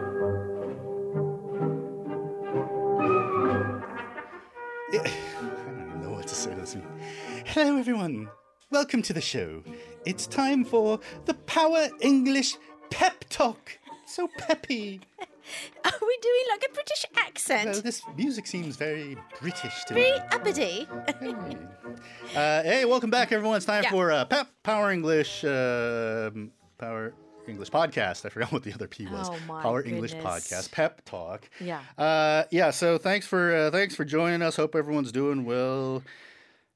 Hello, everyone. Welcome to the show. It's time for the Power English Pep Talk. So peppy. Are we doing like a British Well, accent? this music seems very British to me. Very uppity. Uh, hey, welcome back, everyone. It's time Yeah. for uh, Pep Power English um Power English Podcast. I forgot what the other P was. Oh, my Power English goodness. Podcast. Pep Talk. Yeah. Uh, yeah. So thanks for uh, thanks for joining us. Hope everyone's doing well.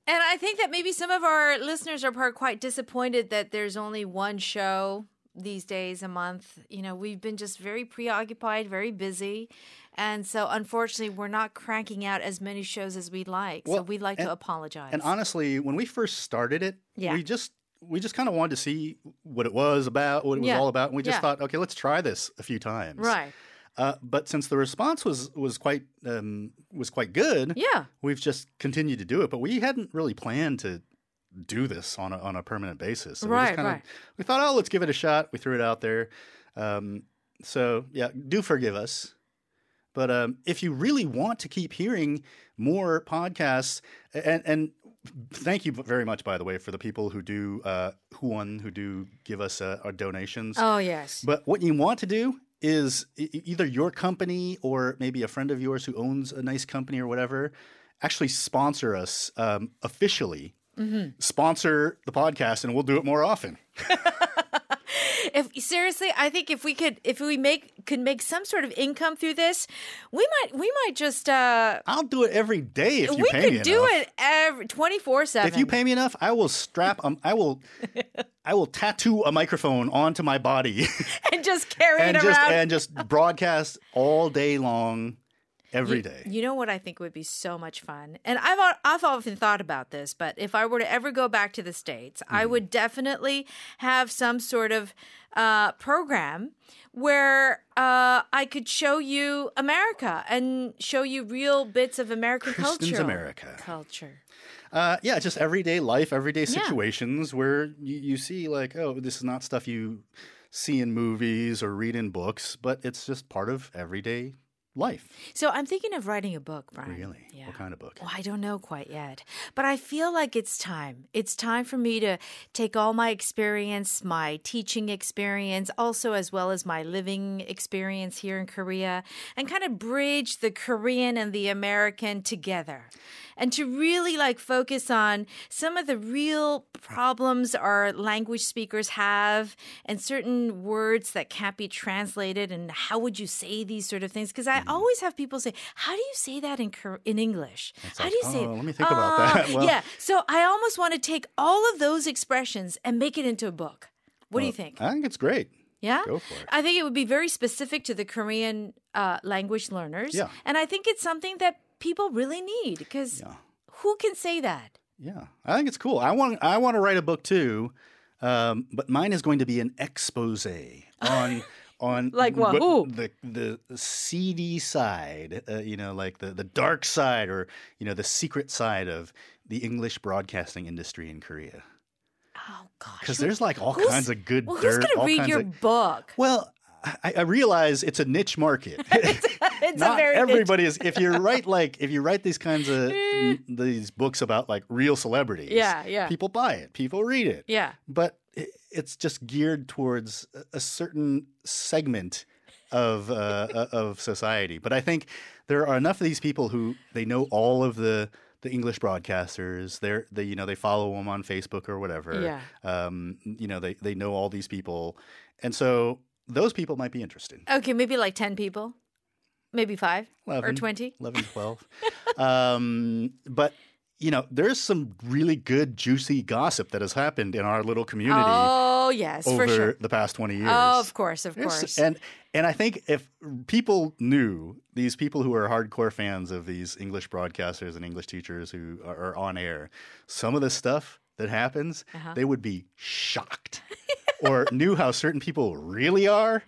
And I think that maybe some of our listeners are part quite disappointed that there's only one show these days a month. You know, we've been just very preoccupied, very busy. And so unfortunately, we're not cranking out as many shows as we'd like. so Well, we'd like and- to apologize. And honestly, when we first started it, Yeah. we just we just kind of wanted to see what it was about, what it was Yeah. all about, and we just Yeah. thought, okay, let's try this a few times. right. Uh, but since the response was was quite um, was quite good, Yeah. we've just continued to do it. But we hadn't really planned to do this on a, on a permanent basis. So we just Right, kinda- right. We thought, oh, let's give it a shot. We threw it out there. Um, so yeah, do forgive us. But um, if you really want to keep hearing more podcasts, and and thank you very much, by the way, for the people who do uh, who won who do give us uh, our donations. Oh, yes. But what you want to do is e- e- either your company or maybe a friend of yours who owns a nice company or whatever actually sponsor us um, officially. Mm-hmm. Sponsor the podcast, and we'll do it more often. if seriously i think if we could if we make could make some sort of income through this we might we might just uh I'll do it every day if you we pay could me do enough. it every 24 7 If you pay me enough, I will strap. Um, I will. I will tattoo a microphone onto my body and just carry and it just around and just broadcast all day long, every You- day. You know what I think would be so much fun, and I've al- I've often thought about this, but if I were to ever go back to the states, I Hmm. would definitely have some sort of uh, program where uh, I could show you America and show you real bits of American Kristen's culture. America. culture. Uh, yeah, just everyday life, everyday Yeah. situations where you, you see like, oh, this is not stuff you see in movies or read in books, but it's just part of everyday life. So I'm thinking of writing a book, Brian. Really? Yeah. What kind of book? Well, I don't know quite yet, but I feel like it's time. It's time for me to take all my experience, my teaching experience, also as well as my living experience here in Korea, and kind of bridge the Korean and the American together. And to really like focus on some of the real problems our language speakers have and certain words that can't be translated and how would you say these sort of things because I always have people say how do you say that in Kor- in English how do you say? uh, "Oh, let me think about that." Well- yeah. So I almost want to take all of those expressions and make it into a book. What do you think? I think it's great. yeah. uh, go for it. I think it would be very specific to the Korean uh, language learners. Yeah. And I think it's something that people really need because who can say that? Yeah, I think it's cool. I want I want to write a book too, um, but mine is going to be an expose on on Like what- Wahoo. the the seedy side, uh, you know, like the the dark side or you know the secret side of the English broadcasting industry in Korea. Oh gosh. Because who- there's like all who's- kinds of good well, dirt. Who's going to all read kinds your of- book? well, I, I realize it's a niche market. It's Not a very Eh. everybody is. If you write like if you write these kinds of n- these books about like real celebrities, Yeah, yeah. people buy it, people read it, Yeah. but i- it's just geared towards a- a certain segment of uh, o- of society. But I think there are enough of these people who they know all of the the English broadcasters. They're they you know they follow them on Facebook or whatever. Yeah. Um, you know they they know all these people, and so those people might be interested. Okay, maybe like 10 people. Maybe 5 or 11. 20. 11, 12. um, but, you know, there's some really good, juicy gossip that has happened in our little community Oh, yes, over for sure. the past 20 years. Oh, of course, of There's- course. And, and I think if people knew, these people who are hardcore fans of these English broadcasters and English teachers who are, are on air, some of the stuff that happens, Uh-huh. they would be shocked or knew how certain people really are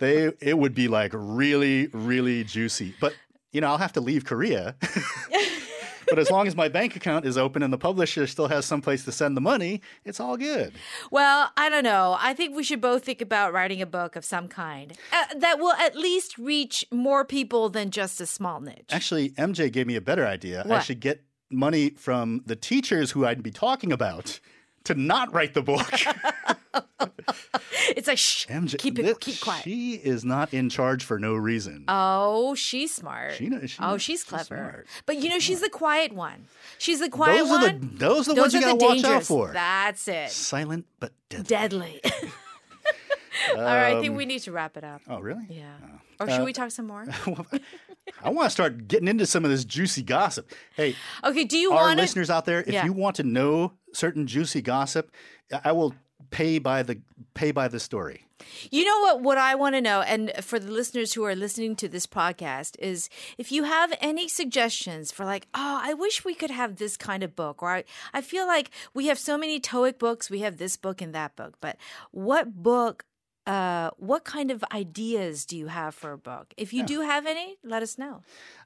they it would be like really really juicy but you know i'll have to leave korea but as long as my bank account is open and the publisher still has someplace to send the money it's all good Well, I don't know. I think we should both think about writing a book of some kind uh, that will at least reach more people than just a small niche. actually mj gave me a better idea i What? should get money from the teachers who I'd be talking about to not write the book. It's like shh, MJ, keep it, this- keep quiet. She is not in charge for no reason. oh, she's smart. She knows- she oh, knows- she's she's clever. smart. but you know, she's the quiet one. She's the quiet those one. are the those are the Those ones you are gotta the watch dangers. out for. That's it. Silent but deadly. Deadly. All right, I think we need to wrap it up. oh, really? Yeah. Or uh, should we talk some more? I want to start getting into some of this juicy gossip. Hey, Okay, do you our want to listeners out there, if Yeah. you want to know certain juicy gossip, I- I will pay by the pay by the story. You know what? What I want to know, and for the listeners who are listening to this podcast, is if you have any suggestions for, like, oh, I wish we could have this kind of book, or I, I feel like we have so many TOEIC books, we have this book and that book, but what book? Uh, what kind of ideas do you have for a book? If you do have any, let us know.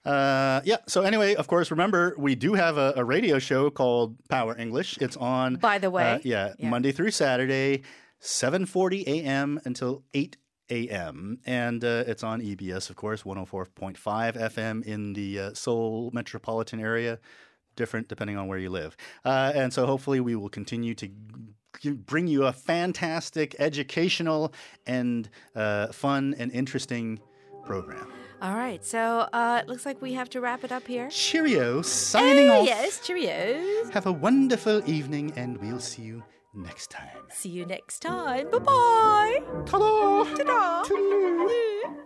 Uh, yeah. So anyway, of course, remember we do have a, a radio show called Power English. It's on. By the way, uh, yeah, yeah. Monday through Saturday, seven forty a.m. until eight a.m. and uh, it's on EBS, of course, one hundred four point five FM in the uh, Seoul metropolitan area. Different depending on where you live, uh, and so hopefully we will continue to. g- Bring you a fantastic, educational, and uh, fun and interesting program. All right, so uh, it looks like we have to wrap it up here. Cheerio, signing off. Oh, Yes, cheerios. Have a wonderful evening, and we'll see you next time. See you next time. Bye bye. Ta-da! Ta-da. Toodaloo.